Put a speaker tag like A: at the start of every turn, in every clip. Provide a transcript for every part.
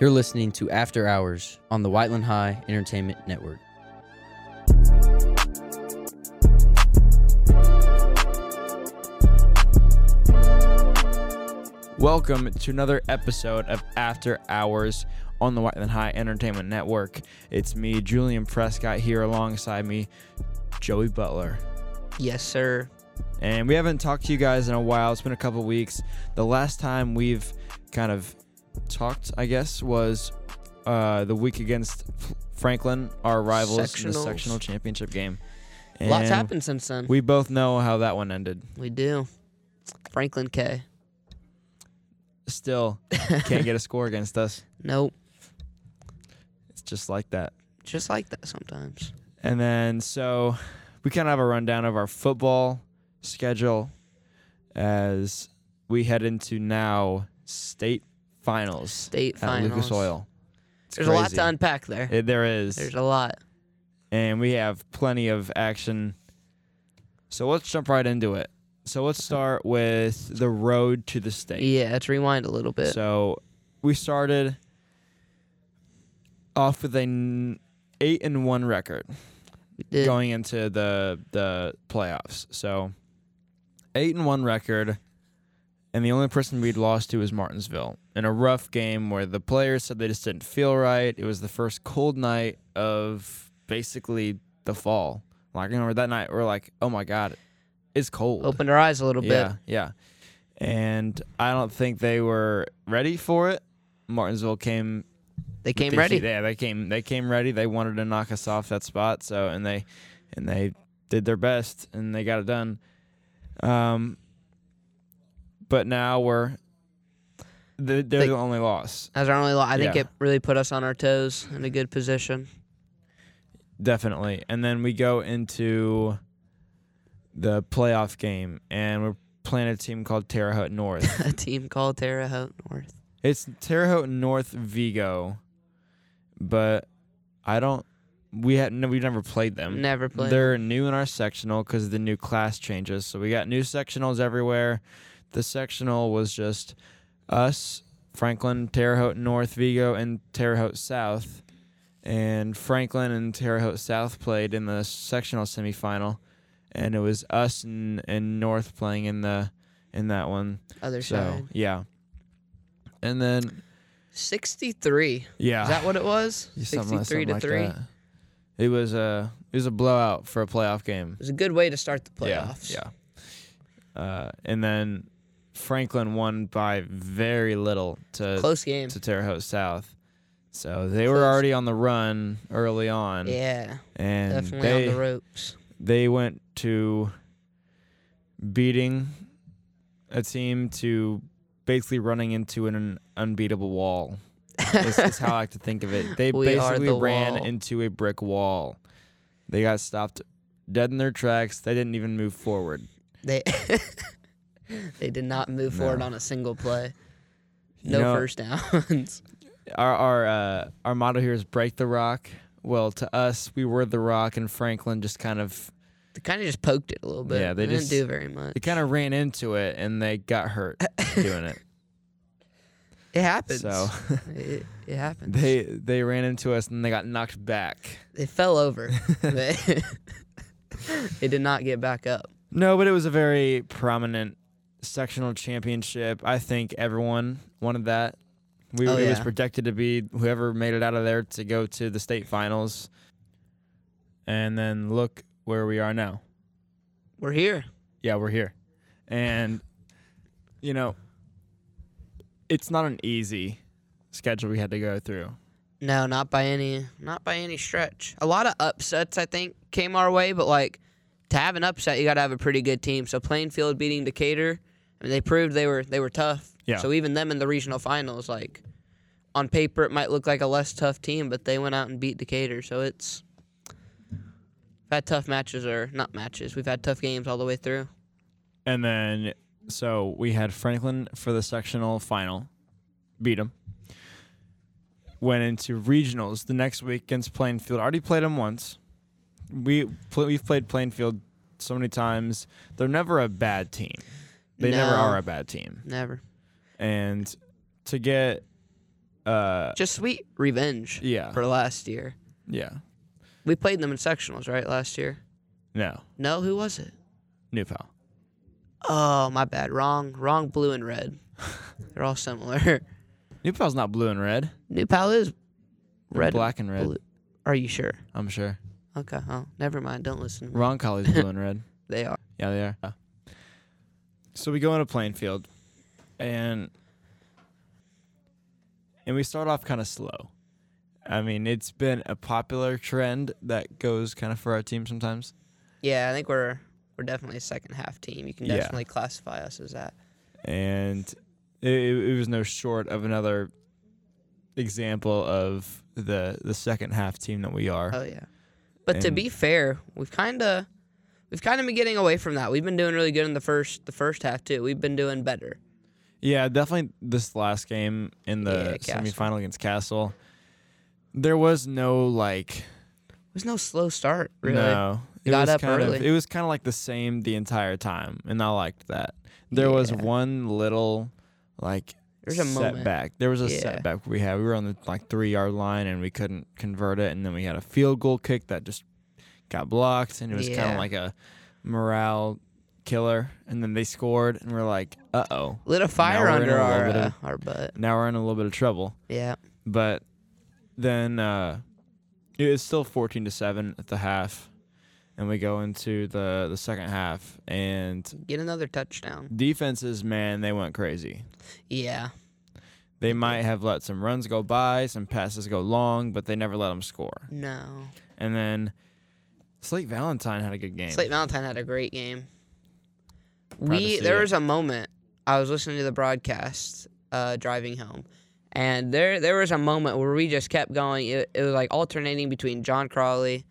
A: You're listening to After Hours on the Whiteland High Entertainment Network.
B: Welcome to another episode of After Hours on the Whiteland High Entertainment Network. It's me, Julian Prescott, here alongside me, Joey Butler.
C: Yes, sir.
B: And we haven't talked to you guys in a while. It's been a couple weeks. The last time we've kind of talked, I guess, was uh, the week against F- Franklin, our rivals, in the
C: Sectionals.
B: sectional championship game. And
C: Lots happened since then. We,
B: We both know how that one ended.
C: do. Franklin K.
B: Still can't get a score against us.
C: Nope.
B: It's just like that.
C: Just like that sometimes.
B: And then so we kind of have a rundown of our football schedule as we head into now state finals
C: State
B: at
C: finals.
B: Lucas Oil. It's
C: There's a lot
B: crazy.
C: to unpack there.
B: It- there is.
C: There's a lot.
B: and we have plenty of action. So let's jump right into it. So let's start with the road to the state.
C: Yeah, let's rewind a little bit.
B: So we started off with an 8 and 1 record.
C: we did.
B: going into the the playoffs. So eight and one record, and the only person we'd lost to was Martinsville in a rough game where the players said they just didn't feel right. It was the first cold night of basically the fall. Like I remember that night, we are like, oh my god, it's cold.
C: Opened our eyes a little
B: yeah,
C: bit.
B: yeah. And I don't think they were ready for it. Martinsville came
C: They
B: they
C: came
B: came-
C: ready.
B: Yeah, they came. They came ready. They wanted to knock us off that spot. So and they and they did their best and they got it done. Um, but now we're the, they're
C: They-
B: the only loss.
C: That was our only lot. I think
B: Yeah.
C: it really put us on our toes in a good position.
B: Definitely. And then we go into the playoff game and we're playing a team called Terre Haute North.
C: a team called Terre Haute North.
B: it's Terre Haute North Vigo, but I don't. We had no, we've never played them.
C: Never played.
B: They're new in our sectional because of the new class changes. So we got new sectionals everywhere. The sectional was just us, Franklin, Terre Haute North, Vigo, and Terre Haute South. And Franklin and Terre Haute South played in the sectional semifinal, and it was us and, and North playing in the in that one.
C: Other
B: So
C: side.
B: yeah, and then
C: 63.
B: yeah,
C: Is that what it was?
B: Yeah, Ah.
C: 63
B: something like-
C: to
B: something
C: 3.
B: like that. It was a it was a blowout for a playoff game.
C: It was a good way to start the playoffs.
B: Yeah. yeah. Uh, and then Franklin won by very little to
C: Close game.
B: to Terre Haute South. So they were
C: Close.
B: already on the run early on.
C: Yeah.
B: and
C: Definitely
B: they,
C: on the ropes.
B: they went to beating a team to basically running into an unbeatable wall. is, is how I like to think of it. They
C: We are
B: basically
C: the
B: ran
C: wall.
B: into a brick wall. They got stopped dead in their tracks. They didn't even move forward.
C: They they did not move forward
B: No.
C: on a single play.
B: You
C: No
B: know,
C: first downs.
B: our our uh, our motto here is break the rock. Well, to us, we were the rock, and Franklin just kind of
C: they kind of just poked it a little bit.
B: Yeah, they just-
C: didn't do very much.
B: they kind of ran into it, and they got hurt doing it.
C: it happens.
B: So
C: It, it happens. They
B: they they ran into us, and they got knocked back.
C: they fell over. they, they did not get back up.
B: No, but it was a very prominent sectional championship. I think everyone wanted that. We
C: Oh,
B: it was
C: yeah.
B: projected to be whoever made it out of there to go to the state finals, and then look where we are now.
C: We're here.
B: yeah, we're here. And, you know, it's not an easy schedule we had to go through.
C: No, not by any not by any stretch. A lot of upsets I think came our way, but like to have an upset you gotta have a pretty good team. So Plainfield beating Decatur, I mean they proved they were they were tough.
B: Yeah.
C: So even them in the regional finals, like on paper it might look like a less tough team, but they went out and beat Decatur, so it's we've had tough matches or not matches. We've had tough games all the way through.
B: And then, so we had Franklin for the sectional final, beat him. Went into regionals the next week against Plainfield. Already played them once. We pl- we've played Plainfield so many times. They're never a bad team. They never
C: No.
B: are a bad team.
C: Never.
B: and to get uh,
C: Just sweet revenge
B: yeah,
C: for last year.
B: yeah.
C: We played them in sectionals, right, last year?
B: No,
C: No, who was it?
B: new pal.
C: Oh, my bad. Wrong, wrong blue and red. They're all similar.
B: New pal's not blue and red.
C: New Pal is
B: They're
C: red.
B: black and red.
C: blue. Are you sure?
B: I'm sure.
C: Okay. Oh, never mind. Don't listen. to me.
B: Ron Colley's blue and red.
C: They are.
B: Yeah, they are. Yeah. So we go on a playing field, and and we start off kind of slow. I mean, it's been a popular trend that goes kind of for our team sometimes.
C: Yeah, I think we're we're definitely a second half team. You can
B: Yeah.
C: definitely classify us as that.
B: and it, it was no short of another example of the the second half team that we are.
C: Oh yeah. But to
B: And-
C: be fair, we've kind of we've kind of been getting away from that. We've been doing really good in the first the first half too. We've been doing better.
B: Yeah, definitely this last game in the
C: Yeah, Castle.
B: semifinal against Castle, there was no like
C: There's no slow start really.
B: no. It
C: Got
B: was
C: up
B: kind of
C: early.
B: it was kind of like the same the entire time, and I liked that. There was
C: Yeah.
B: one little like
C: There's a moment.
B: setback. There was a
C: Yeah.
B: setback we had. We were on the like three yard line and we couldn't convert it, and then we had a field goal kick that just got blocked, and it was kind
C: Yeah.
B: of like a morale killer. And then they scored, and we're like, uh oh,
C: Lit a fire
B: we're in
C: under
B: a
C: our
B: little bit
C: uh,
B: of-
C: our butt.
B: now we're in a little bit of trouble.
C: Yeah.
B: But then uh, it was still fourteen to seven at the half, and we go into the the second half, and
C: Get another touchdown.
B: defenses, man, they went crazy.
C: Yeah.
B: They might have let some runs go by, some passes go long, but they never let them score.
C: No.
B: And then Slate Valentine had a good game.
C: Slate Valentine had a great game.
B: to
C: We
B: see
C: there
B: it.
C: was a moment I was listening to the broadcast uh, driving home, and there there was a moment where we just kept going. It, it was like alternating between John Crawley,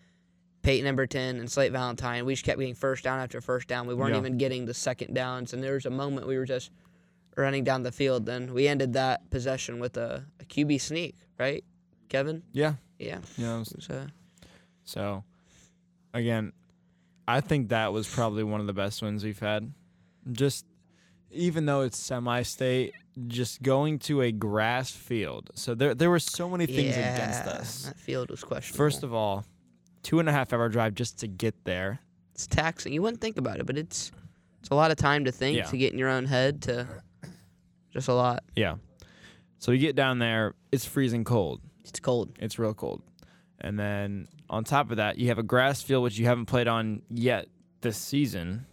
C: Peyton Emberton, and Slate Valentine. We just kept getting first down after first down. We weren't
B: Yeah.
C: even getting the second downs, and there was a moment we were just running down the field. Then we ended that possession with a, a QB sneak, right, Kevin?
B: yeah.
C: Yeah.
B: You know, s-
C: So
B: so again, I think that was probably one of the best wins we've had. Just even though it's semi-state, just going to a grass field. So there there were so many things
C: yeah,
B: against us.
C: That field was questionable.
B: First of all, two and a half hour drive just to get there.
C: it's taxing. You wouldn't think about it, but it's it's a lot of time to think,
B: Yeah.
C: to get in your own head, to just a lot.
B: Yeah. So you get down there, it's freezing cold.
C: It's cold.
B: It's real cold. And then on top of that, you have a grass field which you haven't played on yet this season.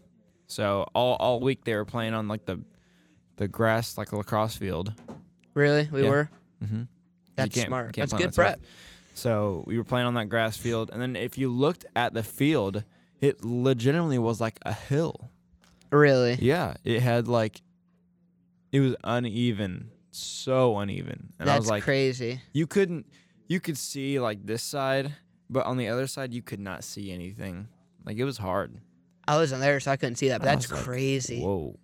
B: So all all week they were playing on like the the grass like a lacrosse field.
C: Really, we
B: Yeah.
C: were.
B: Mhm.
C: That's
B: can't-
C: smart.
B: can't
C: That's
B: plan
C: good
B: on
C: prep.
B: turf. So we were playing on that grass field, and then if you looked at the field, it legitimately was like a hill.
C: Really,
B: Yeah, it had like it was uneven, so uneven. And I
C: that's
B: was like,
C: crazy.
B: you couldn't you could see like this side but on the other side you could not see anything like it was hard
C: I wasn't there, so I couldn't see that. But
B: I
C: that's
B: was like,
C: crazy.
B: whoa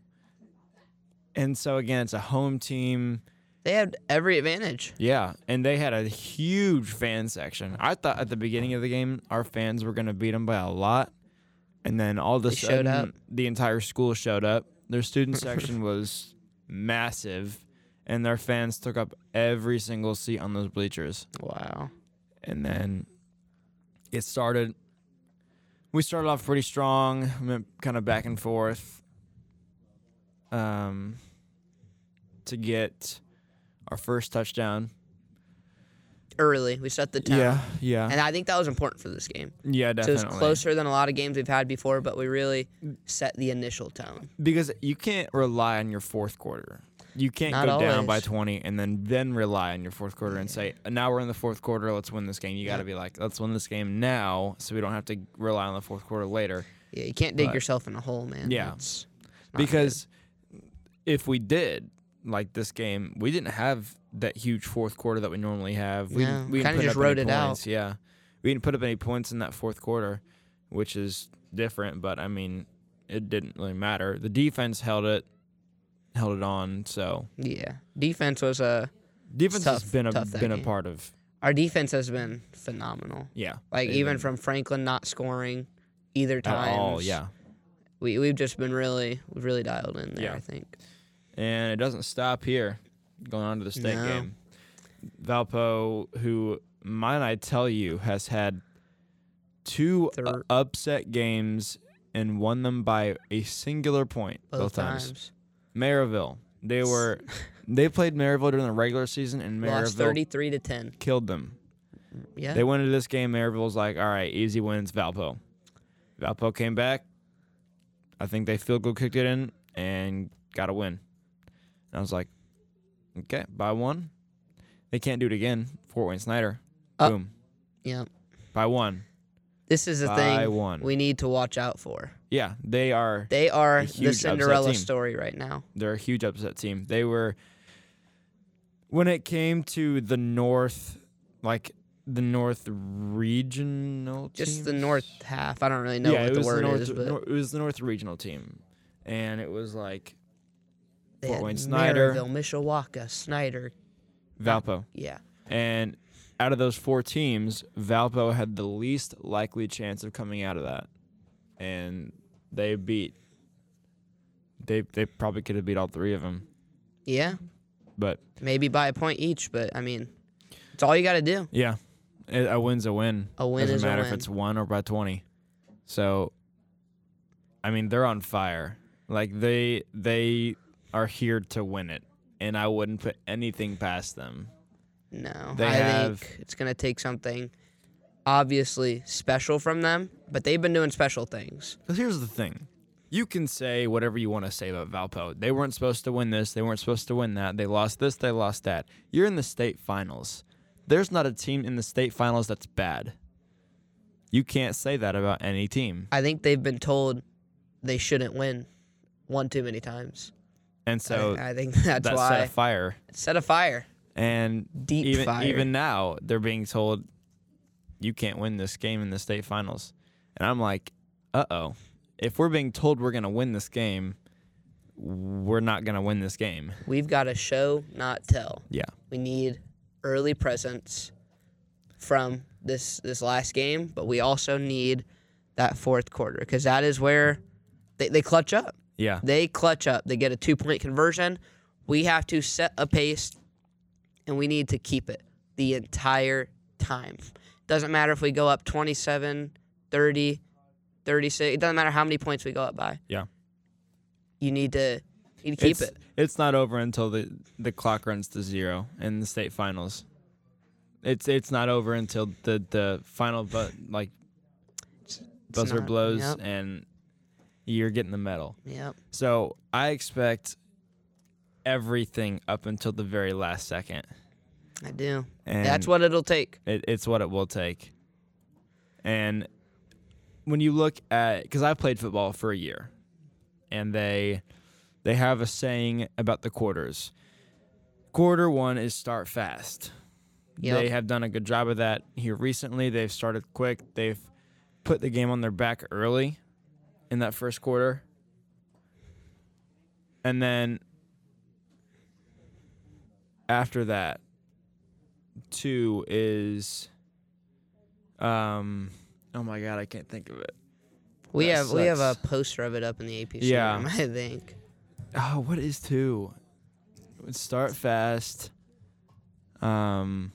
B: and so again it's a home team
C: They had every advantage.
B: yeah and they had a huge fan section i thought at the beginning of the game our fans were going to beat them by a lot and then all of a
C: They
B: sudden
C: showed up.
B: the entire school showed up their student section was massive and their fans took up every single seat on those bleachers
C: Wow.
B: and then it started. We started off pretty strong, went kind of back and forth, um, to get our first touchdown.
C: Early, we set the tone,
B: Yeah, yeah,
C: and I think that was important for this game.
B: yeah, definitely.
C: So it was closer than a lot of games we've had before, but we really set the initial tone.
B: because you can't rely on your fourth quarter. You can't
C: Not
B: go down by
C: always.
B: 20 and then then rely on your fourth quarter and say, "Now we're in the fourth quarter, let's win this game." You got to be like, "Let's win this game now so we don't have to rely on the fourth quarter later."
C: Yeah, you can't dig
B: But-
C: yourself in a hole, man.
B: Yeah.
C: It's not good.
B: because if we did like this game, we didn't have that huge fourth quarter that we normally have. We
C: No,
B: we didn't
C: kinda
B: put
C: just
B: up any
C: rode it out.
B: points, Yeah, we didn't put up any points in that fourth quarter, which is different. But I mean, it didn't really matter. The defense held it, held it on. So
C: yeah, defense was a.
B: defense
C: tough-
B: has been a
C: tough that
B: been a
C: game.
B: part of
C: our defense has been phenomenal.
B: yeah.
C: Like
B: they've
C: even
B: been
C: from Franklin not scoring either time.
B: at all, yeah.
C: We we've just been really we've really dialed in there,
B: Yeah.
C: I think.
B: And it doesn't stop here. Going on to the state
C: No.
B: game. Valpo, who might I tell you has had two
C: Thir-
B: u- upset games and won them by a singular point both,
C: both
B: times.
C: times.
B: Maryville, they were they played Maryville during the regular season and
C: Lost
B: Maryville
C: thirty-three to ten.
B: killed them.
C: Yeah.
B: They went into this game. Maryville's like, all right, easy wins. Valpo, Valpo came back. I think they field goal kicked it in and got a win. And I was like, okay, by one. They can't do it again. Fort Wayne Snyder,
C: Uh,
B: boom,
C: yeah.
B: by one.
C: This is the
B: by
C: thing
B: one.
C: we need to watch out for.
B: yeah, they are.
C: They
B: A
C: are
B: huge
C: the
B: upset
C: Cinderella
B: team.
C: story right now.
B: They're a huge upset team. They were when it came to the North, like the North regional.
C: Just the
B: teams?
C: north half. I don't really know
B: yeah,
C: what
B: it
C: the
B: was
C: word
B: North,
C: is, but
B: Nor- it was the North regional team, and it was like
C: they
B: Fort
C: had
B: Wayne Snyder.
C: Maryville, Mishawaka, Snyder.
B: Valpo,
C: Yeah.
B: and out of those four teams, Valpo had the least likely chance of coming out of that, and they beat. They they probably could have beat all three of them,
C: Yeah.
B: but
C: Maybe by a point each, but I mean, it's all you got to do.
B: Yeah, a a win's a win.
C: A win
B: doesn't
C: is a
B: matter if
C: win.
B: it's one or by twenty. So, I mean, they're on fire. Like they they are here to win it, and I wouldn't put anything past them.
C: No.
B: They
C: I
B: have-
C: think it's going to take something obviously special from them, but they've been doing special things.
B: Because here's the thing. You can say whatever you want to say about Valpo. They weren't supposed to win this. They weren't supposed to win that. They lost this. They lost that. You're in the state finals. There's not a team in the state finals that's bad. You can't say that about any team.
C: I think they've been told they shouldn't win one too many times.
B: And so
C: I, I think that's
B: that
C: why
B: set a fire.
C: set a fire.
B: and
C: Deep
B: even
C: fire.
B: even now they're being told you can't win this game in the state finals, and I'm like, uh oh, if we're being told we're gonna win this game, we're not gonna win this game.
C: We've got to show, not tell.
B: Yeah,
C: We need early presence from this this last game, but we also need that fourth quarter because that is where they, they clutch up.
B: yeah,
C: They clutch up. They get a two point conversion. We have to set a pace, and we need to keep it the entire time. Doesn't matter if we go up 27, 30, 36. It doesn't matter how many points we go up by.
B: yeah.
C: You need to, you need to keep
B: it's,
C: it.
B: It's not over until the the clock runs to zero in the state finals. It's it's not over until the the final but like
C: It's
B: buzzer
C: not-
B: blows
C: Yep.
B: and you're getting the medal.
C: yep.
B: So I expect everything up until the very last second.
C: I do.
B: And
C: That's what it'll take.
B: it, it's what it will take. And when you look at, because I played football for a year, and they they have a saying about the quarters. Quarter one is start fast.
C: Yep.
B: They have done a good job of that here recently. They've started quick. They've put the game on their back early in that first quarter. And then after that, two is um oh my god, I can't think of it.
C: we
B: that
C: have we have a
B: sucks.
C: poster of it up in the APC
B: Yeah.
C: room, I think.
B: Oh, what is two? Start fast. Um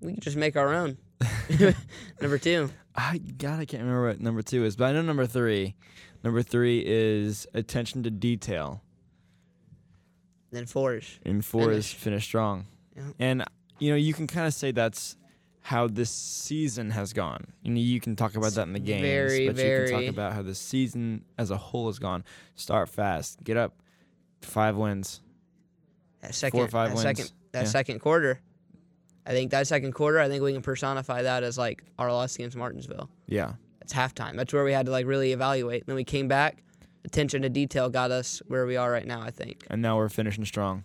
C: We can just make our own. Number two.
B: I God, I can't remember what number two is, but I know number three. Number three is attention to detail,
C: Then fours.
B: and four is finish strong.
C: Yep.
B: And you know, you can kind of say that's how this season has gone. You know, you can talk about that in the games,
C: very,
B: but you can
C: very-
B: talk about how the season as a whole has gone. Start fast, get up, five wins.
C: That second
B: five
C: that
B: wins.
C: second that
B: Yeah.
C: second quarter. I think that second quarter, I think we can personify that as like our loss against Martinsville.
B: Yeah,
C: It's halftime. That's where we had to like really evaluate. Then we came back. Attention to detail got us where we are right now, I think.
B: and now we're finishing strong.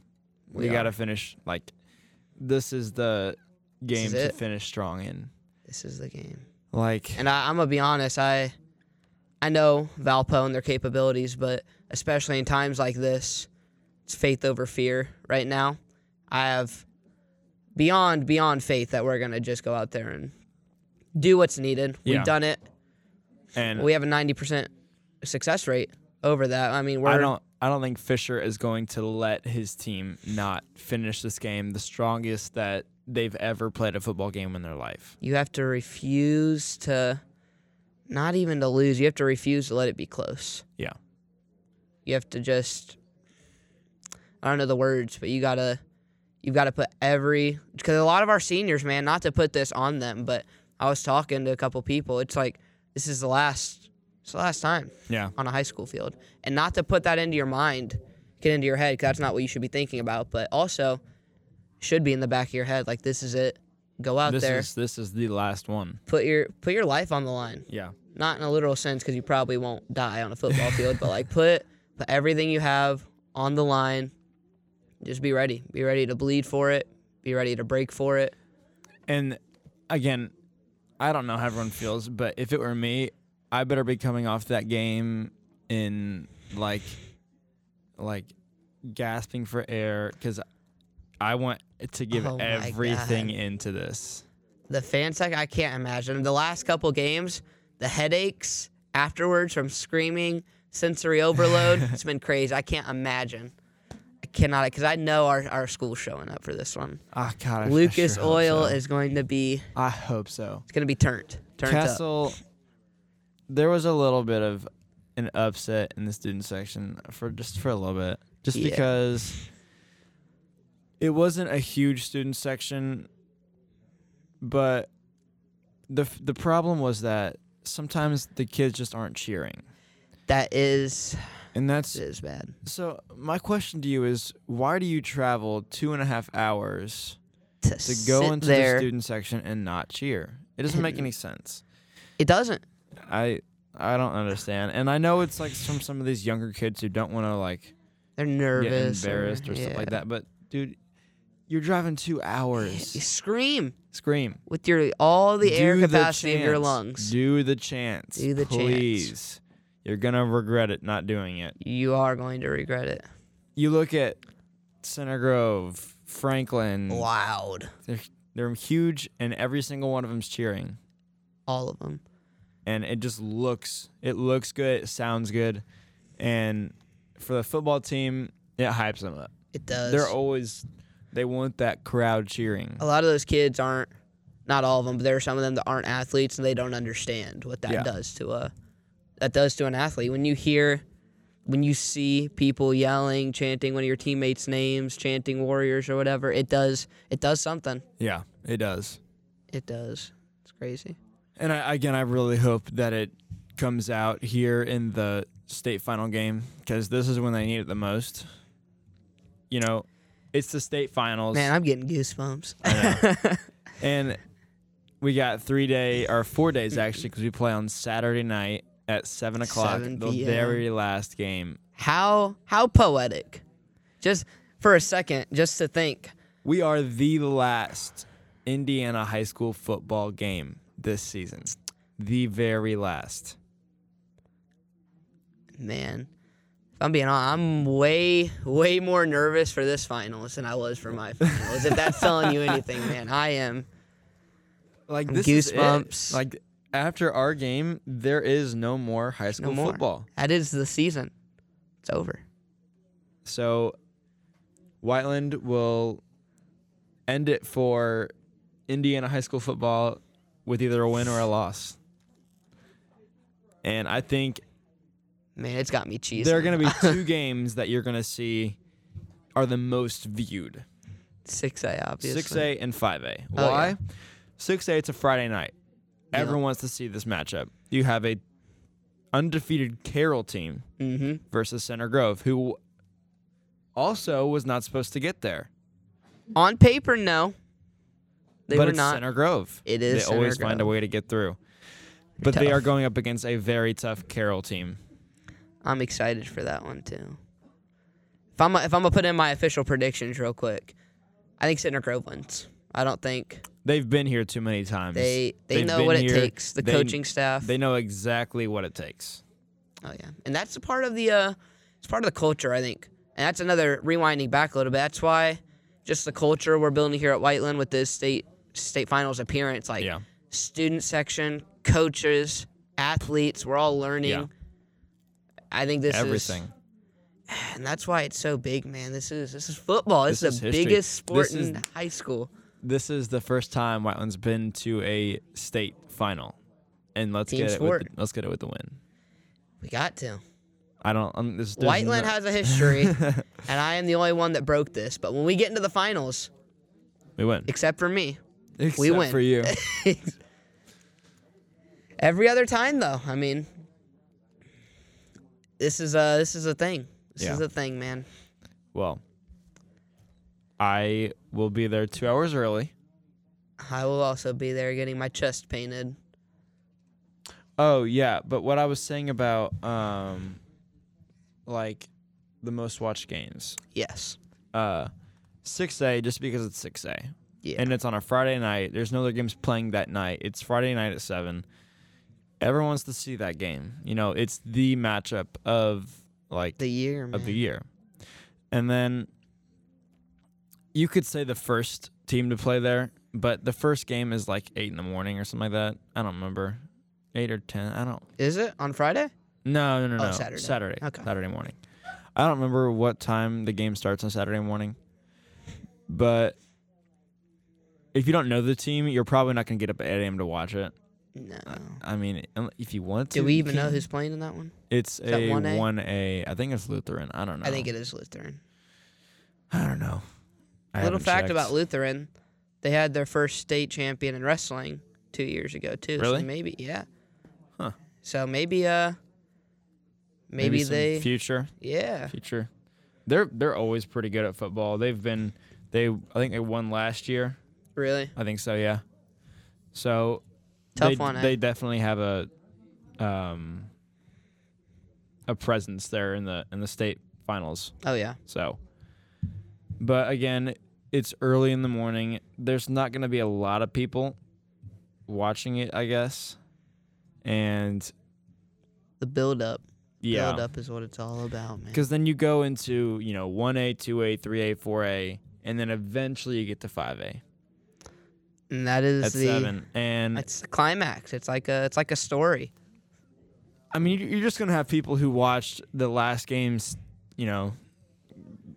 B: We,
C: We are.
B: gotta finish like this is the game
C: is
B: to
C: it.
B: finish strong in.
C: This is the game.
B: Like
C: And I, I'm gonna be honest, I I know Valpo and their capabilities, but especially in times like this, it's faith over fear. Right now, I have beyond beyond faith that we're gonna just go out there and do what's needed.
B: Yeah.
C: We've done it.
B: and
C: We have a 90% success rate over that. I mean, we're
B: I don't I don't think Fisher is going to let his team not finish this game the strongest that they've ever played a football game in their life.
C: You have to refuse to, not even to lose. You have to refuse to let it be close.
B: Yeah.
C: You have to just, I don't know the words, but you gotta, you've gotta put every because a lot of our seniors, man. Not to put this on them, but I was talking to a couple people. It's like this is the last, it's the last time
B: Yeah.
C: on a high school field, and not to put that into your mind, get into your head. 'cause that's not what you should be thinking about, but also should be in the back of your head. Like this is it. Go out
B: This
C: there.
B: is this is the last one.
C: put your put your life on the line.
B: Yeah.
C: Not in a literal sense because you probably won't die on a football field, but like put put everything you have on the line. Just be ready. Be ready to bleed for it. Be ready to break for it.
B: And again, I don't know how everyone feels, but if it were me, I better be coming off that game in like like gasping for air cuz I want to give
C: Oh my
B: everything
C: God.
B: into this.
C: The fan sec, I can't imagine. The last couple games, the headaches afterwards from screaming, sensory overload. it's been crazy. I can't imagine. I cannot because I know our, our school's showing up for this one.
B: Ah god. I- I
C: Lucas
B: sure hope
C: Oil
B: so.
C: is going to be
B: I hope so.
C: it's gonna be turned. Turned up.
B: Castle there was a little bit of an upset in the student section for just for a little bit just
C: Yeah.
B: because it wasn't a huge student section but the f- the problem was that sometimes the kids just aren't cheering
C: That is
B: and that's
C: is bad.
B: so my question to you is why do you travel two and a half hours
C: To,
B: to go
C: sit
B: into
C: there,
B: the student section and not cheer it doesn't make any sense
C: it doesn't.
B: I I don't understand, and I know it's like from some of these younger kids who don't want to like
C: They're
B: get
C: nervous,
B: embarrassed or, stuff like that. But dude, you're driving two
C: You
B: hours.
C: scream
B: Scream.
C: with your all the air
B: Do the
C: capacity of your
B: chants.
C: lungs.
B: Do the chance.
C: Do the chants.
B: please. You're gonna regret it not doing it.
C: you are going to regret it.
B: You look at Center Grove, Franklin.
C: Loud,
B: They're they're huge, and every single one of them's cheering,
C: all of them.
B: and it just looks it looks good. It sounds good, and for the football team, it hypes them up.
C: It does.
B: They're always they want that crowd cheering.
C: a lot of those kids aren't. Not all of them, but there are some of them that aren't athletes, and they don't understand what that
B: Yeah.
C: does to a that does to an athlete. When you hear, when you see people yelling, chanting one of your teammates' names, chanting Warriors or whatever, it does it does something.
B: Yeah, it does.
C: It does. It's crazy.
B: And I, again, I really hope that it comes out here in the state final game because this is when they need it the most. You know, it's the state finals,
C: Man, I'm getting goosebumps.
B: and we got three day or four days actually because we play on Saturday night at seven o'clock,
C: 7
B: the
C: p.m..
B: very last game.
C: how how poetic. Just for a second, just to think.
B: We are the last Indiana high school football game this season, the very last.
C: Man, if I'm being honest, I'm way, way more nervous for this finals than I was for my finals. if that's telling you anything, man, I am.
B: like
C: And
B: this is it.
C: goosebumps.
B: Like after our game, there is no more high school
C: No more.
B: football.
C: That is the season. It's over.
B: So Whiteland will end it for Indiana high school football with either a win or a loss. And I think
C: Man, it's got me cheesing.
B: there are going to be two games that you're going to see are the most viewed.
C: six A obviously.
B: Six A and five A.
C: Oh,
B: Why? Six A. It's a Friday night.
C: Yeah.
B: Everyone wants to see this matchup. You have a undefeated Carroll team
C: Mm-hmm.
B: versus Center Grove, who also was not supposed to get there,
C: On paper, no. They
B: but
C: were
B: it's
C: not.
B: Center Grove.
C: It is
B: They
C: Center
B: always find a
C: Grove.
B: way to get through. But they
C: Tough.
B: are going up against a very tough Carroll team.
C: I'm excited for that one too. If I'm if I'm gonna put in my official predictions real quick, I think Center Grove wins. I don't think
B: They've been here too many times.
C: they they
B: They've
C: know
B: been
C: what it
B: here.
C: takes. The
B: They-
C: coaching staff.
B: They know exactly what it takes.
C: oh yeah, and that's a part of the uh, it's part of the culture I think, and that's another rewinding back a little bit. That's why just the culture we're building here at Whiteland with this state state finals appearance, like
B: Yeah.
C: student section, coaches, athletes, we're all learning.
B: Yeah.
C: I think this is
B: Everything.
C: and that's why it's so big, man. This is this is football. This,
B: This
C: is the
B: is history.
C: biggest sport
B: This is-
C: in high school.
B: This is the first time Whiteland's been to a state final, and let's
C: Team
B: get it.
C: sport.
B: With the, let's get it with the win.
C: We got to.
B: I don't. I'm, this, there's
C: Whiteland
B: no-
C: has a history, and I am the only one that broke this. But when we get into the finals,
B: we win.
C: except for me,
B: Except
C: win.
B: for you.
C: every other time though, I mean, this is a this is a thing. This
B: Yeah.
C: is a thing, man.
B: well, I will be there two hours early.
C: I will also be there getting my chest painted.
B: Oh yeah, but what I was saying about um, like the most watched games.
C: Yes.
B: Uh, six A just because it's six A.
C: Yeah.
B: and it's on a Friday night. There's no other games playing that night. It's Friday night at seven. Everyone wants to see that game. You know, it's the matchup of like
C: the year, man.
B: of the year. And then you could say the first team to play there, but the first game is like eight in the morning or something like that. I don't remember. Eight or ten. I don't
C: Is it on Friday?
B: no, no, no,
C: Oh,
B: no.
C: Saturday.
B: Saturday.
C: Okay.
B: Saturday morning. I don't remember what time the game starts on Saturday morning, but if you don't know the team, you're probably not going to get up at 8 a.m. to watch it.
C: No.
B: I mean, un- if you want to.
C: Do we
B: you
C: even know
B: can.
C: who's playing in that one?
B: It's
C: that
B: a
C: 1A?
B: 1A. I think it's Lutheran. I don't know.
C: I think it is Lutheran.
B: I don't know. I
C: Little
B: haven't
C: fact
B: checked.
C: about Lutheran, they had their first state champion in wrestling two years ago too.
B: Really?
C: So maybe yeah.
B: Huh.
C: So maybe uh maybe,
B: some
C: they
B: future
C: Yeah.
B: future. They're they're always pretty good at football. They've been they I think they won last year.
C: Really?
B: I think so, yeah. So
C: Tough
B: they,
C: one, eh?
B: They definitely have a um a presence there in the in the state finals.
C: Oh yeah.
B: So but again, it's early in the morning. There's not going to be a lot of people watching it, I guess. And
C: The build up. Build
B: yeah,
C: up is what it's all about, man.
B: cuz then you go into, you know, 1A, 2A, 3A, 4A, and then eventually you get to 5A
C: And that is
B: at
C: the
B: 7. And
C: it's the climax. It's like a it's like a story.
B: I mean, you- you're just gonna have people who watched the last games. You know,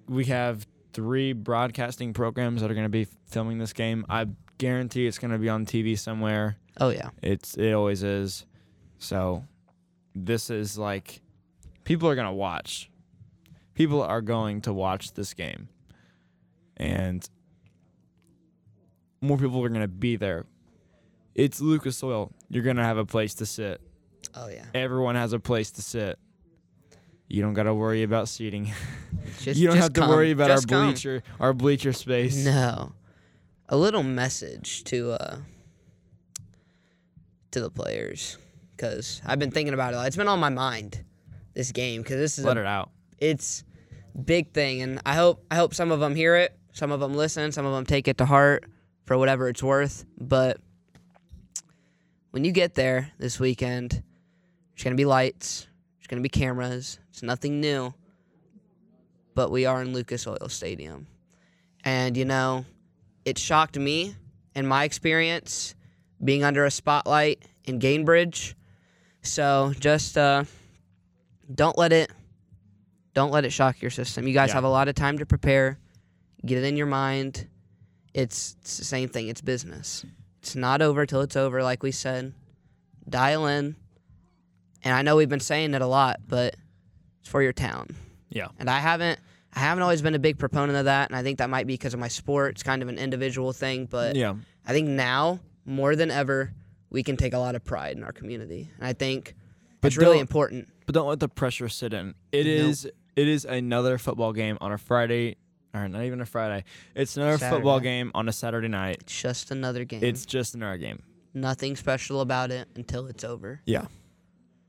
B: we have three broadcasting programs that are gonna be filming this game. I guarantee it's gonna be on TV somewhere.
C: Oh yeah.
B: It's it always is. So, this is like, people are gonna watch. People are going to watch this game, and more people are gonna be there. It's Lucas Oil. You're gonna have a place to sit
C: Oh yeah.
B: everyone has a place to sit. You don't got to worry about seating.
C: Just,
B: you don't
C: just
B: have to
C: come.
B: worry about our
C: Just come.
B: bleacher, our bleacher space.
C: No. A little message to uh to the players cuz I've been thinking about it. a lot. It's been on my mind this game cuz this is
B: Let
C: a,
B: it out.
C: it's big thing and I hope I hope some of them hear it, some of them listen, some of them take it to heart for whatever it's worth, but when you get there this weekend, there's going to be lights, there's going to be cameras. It's nothing new. But we are in Lucas Oil Stadium. And you know, it shocked me and my experience being under a spotlight in Gainbridge. So just uh, don't let it don't let it shock your system. You guys
B: Yeah.
C: have a lot of time to prepare. Get it in your mind. It's, it's the same thing. It's business. It's not over till it's over, like we said. Dial in. And I know we've been saying it a lot, but it's for your town.
B: Yeah.
C: And I haven't I haven't always been a big proponent of that, and I think that might be because of my sport. It's kind of an individual thing, but
B: Yeah.
C: I think now more than ever we can take a lot of pride in our community, and I think
B: But
C: it's really
B: don't-
C: important.
B: But don't let the pressure sit in. It
C: No.
B: is. It is another football game on a Friday, or not even a Friday. It's another football
C: Saturday.
B: game on a Saturday night.
C: It's just another game.
B: It's just another game.
C: nothing special about it until it's over.
B: Yeah.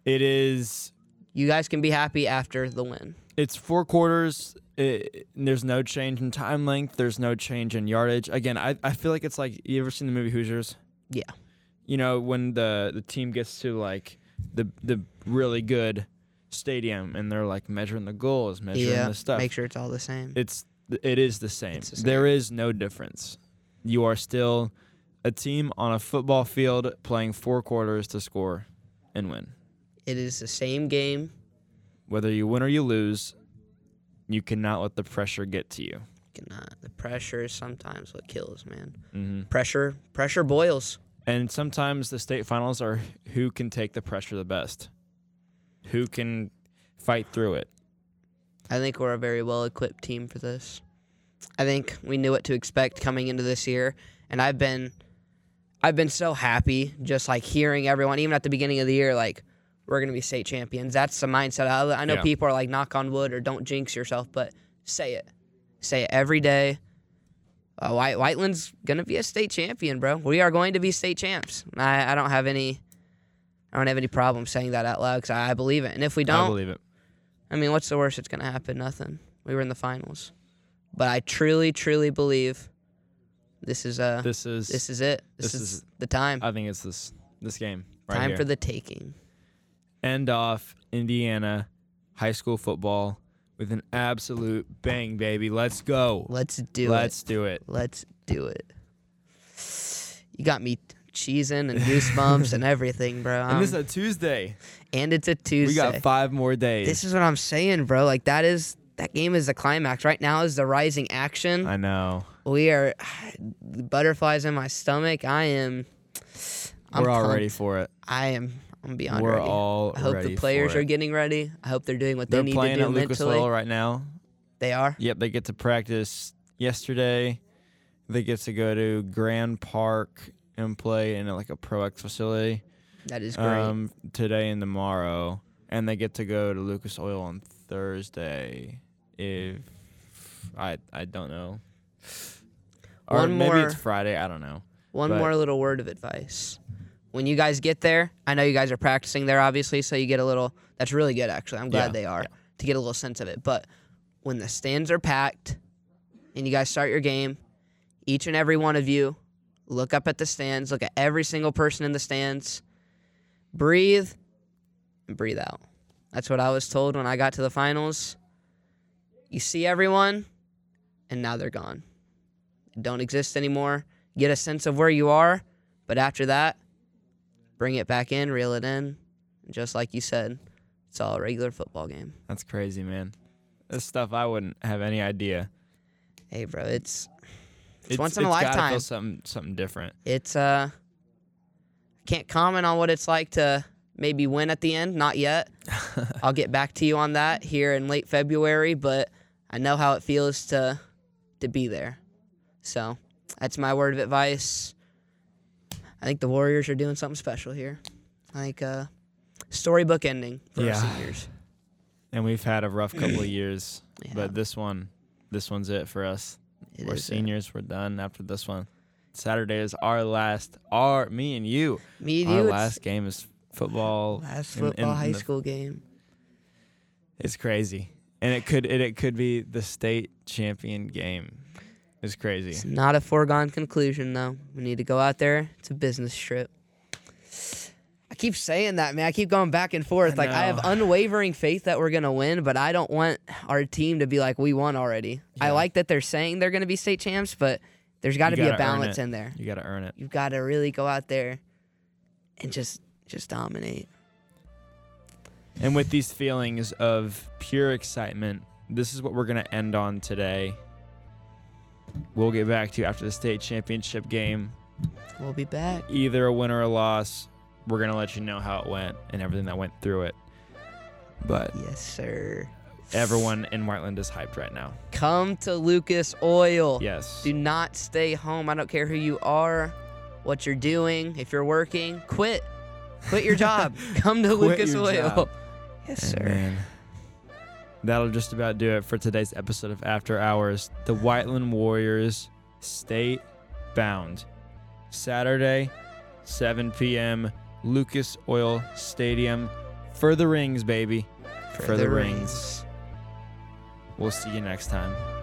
B: It is.
C: You guys can be happy after the win.
B: It's four quarters. It, there's no change in time length. There's no change in yardage. Again, I, I feel like it's like you ever seen the movie Hoosiers?
C: Yeah.
B: you know when the the team gets to like the the really good stadium and they're like measuring the goals measuring
C: yeah.
B: the stuff
C: Make sure it's all the same.
B: it's it is the same.
C: It's the same.
B: there is no difference you are still a team on a football field playing four quarters to score and win
C: it is the same game.
B: whether you win or you lose you cannot let the pressure get to you.
C: Cannot. The pressure is sometimes what kills, man.
B: Mm-hmm.
C: Pressure, pressure boils.
B: And sometimes the state finals are who can take the pressure the best, who can fight through it.
C: I think we're a very well equipped team for this. I think we knew what to expect coming into this year, and I've been, I've been so happy just like hearing everyone, even at the beginning of the year, like we're gonna be state champions. That's the mindset. I, I know
B: Yeah.
C: people are like knock on wood or don't jinx yourself, but say it, say it every day. Uh, White Whiteland's gonna be a state champion, bro. We are going to be state champs. I, I don't have any, I don't have any problem saying that out loud because I, I believe it. And if we
B: I
C: don't,
B: believe it.
C: I mean, what's the worst that's going to happen? Nothing. We were in the finals. But I truly, truly believe this is uh this,
B: This is.
C: is it. This,
B: this
C: is,
B: is-
C: the time.
B: I think it's this this game right
C: time
B: here.
C: for the taking.
B: end off Indiana high school football with an absolute bang, baby. Let's go.
C: Let's do
B: Let's do it.
C: it. Let's do it. You got me cheesing and goosebumps and everything, bro. Um,
B: and this is a Tuesday.
C: and it's a Tuesday.
B: We got five more days.
C: this is what I'm saying, bro. Like that is that game is the climax. Right now is the rising action.
B: I know.
C: we are butterflies in my stomach. I am. I'm
B: We're all
C: pumped.
B: ready for it.
C: I am. I'm beyond
B: We're
C: ready.
B: all
C: I hope
B: ready
C: the players
B: for
C: are
B: it.
C: getting ready. I hope they're doing what they
B: They're
C: need to
B: playing
C: do
B: at Lucas
C: mentally.
B: Oil right now.
C: They are.
B: Yep, they get to practice yesterday. They get to go to Grand Park and play in like a pro X facility
C: That is great.
B: um, today and tomorrow, and they get to go to Lucas Oil on Thursday. If I I don't know, or
C: One
B: maybe it's
C: more-
B: Friday. I don't know.
C: One
B: but-
C: more little word of advice. When you guys get there, I know you guys are practicing there, obviously, so you get a little. That's really good, actually. I'm glad
B: Yeah,
C: they are to get a little sense of it. But when the stands are packed and you guys start your game, each and every one of you look up at the stands, look at every single person in the stands, breathe and breathe out. That's what I was told when I got to the finals. You see everyone, and now they're gone. They don't exist anymore. Get a sense of where you are, but after that, bring it back in, reel it in. Just like you said, it's all a regular football game.
B: That's crazy, man. This stuff I wouldn't have any idea.
C: Hey, bro, it's
B: It's,
C: once in a
B: it's gotta feel
C: lifetime.
B: something something different.
C: it's uh, can't comment on what it's like to maybe win at the end. Not yet. I'll get back to you on that here in late February, but I know how it feels to to be there. So that's my word of advice. I think the Warriors are doing something special here. I think uh, storybook ending for
B: Yeah.
C: our seniors.
B: And we've had a rough couple of years,
C: Yeah.
B: but this one, this one's it for us.
C: It
B: we're
C: is, uh,
B: seniors. We're done after this one. Saturday is our last. Our me and you.
C: Me and
B: our
C: you. it's
B: last game is football.
C: last
B: in- in
C: football high
B: the-
C: school game.
B: It's crazy, and it could it, it could be the state champion game. It's
C: It's
B: crazy.
C: not a foregone conclusion, though. We need to go out there. It's a business trip. I keep saying that, man. I keep going back and forth. like I have
B: know.
C: unwavering faith that we're gonna win, but I don't want our team to be like we won already. I
B: Yeah.
C: like that they're saying they're gonna be state champs, but there's got to be
B: gotta
C: a
B: earn
C: balance
B: it.
C: in there.
B: You got to earn it.
C: You've got to really go out there and just just dominate.
B: And with these feelings of pure excitement, this is what we're going to end on today. We'll get back to you after the state championship game.
C: We'll be back.
B: Either a win or a loss, we're going to let you know how it went and everything that went through it. But
C: Yes, sir.
B: everyone in Whiteland is hyped right now.
C: Come to Lucas Oil.
B: Yes.
C: Do not stay home. I don't care who you are, what you're doing, if you're working, quit. Quit your job. Come to
B: Quit
C: Lucas
B: your
C: Oil.
B: job.
C: Yes,
B: And
C: sir.
B: man, that'll just about do it for today's episode of After Hours. The Whiteland Warriors State Bound. Saturday, 7 p.m., Lucas Oil Stadium. For the rings, baby. For, the rings. We'll see you next time.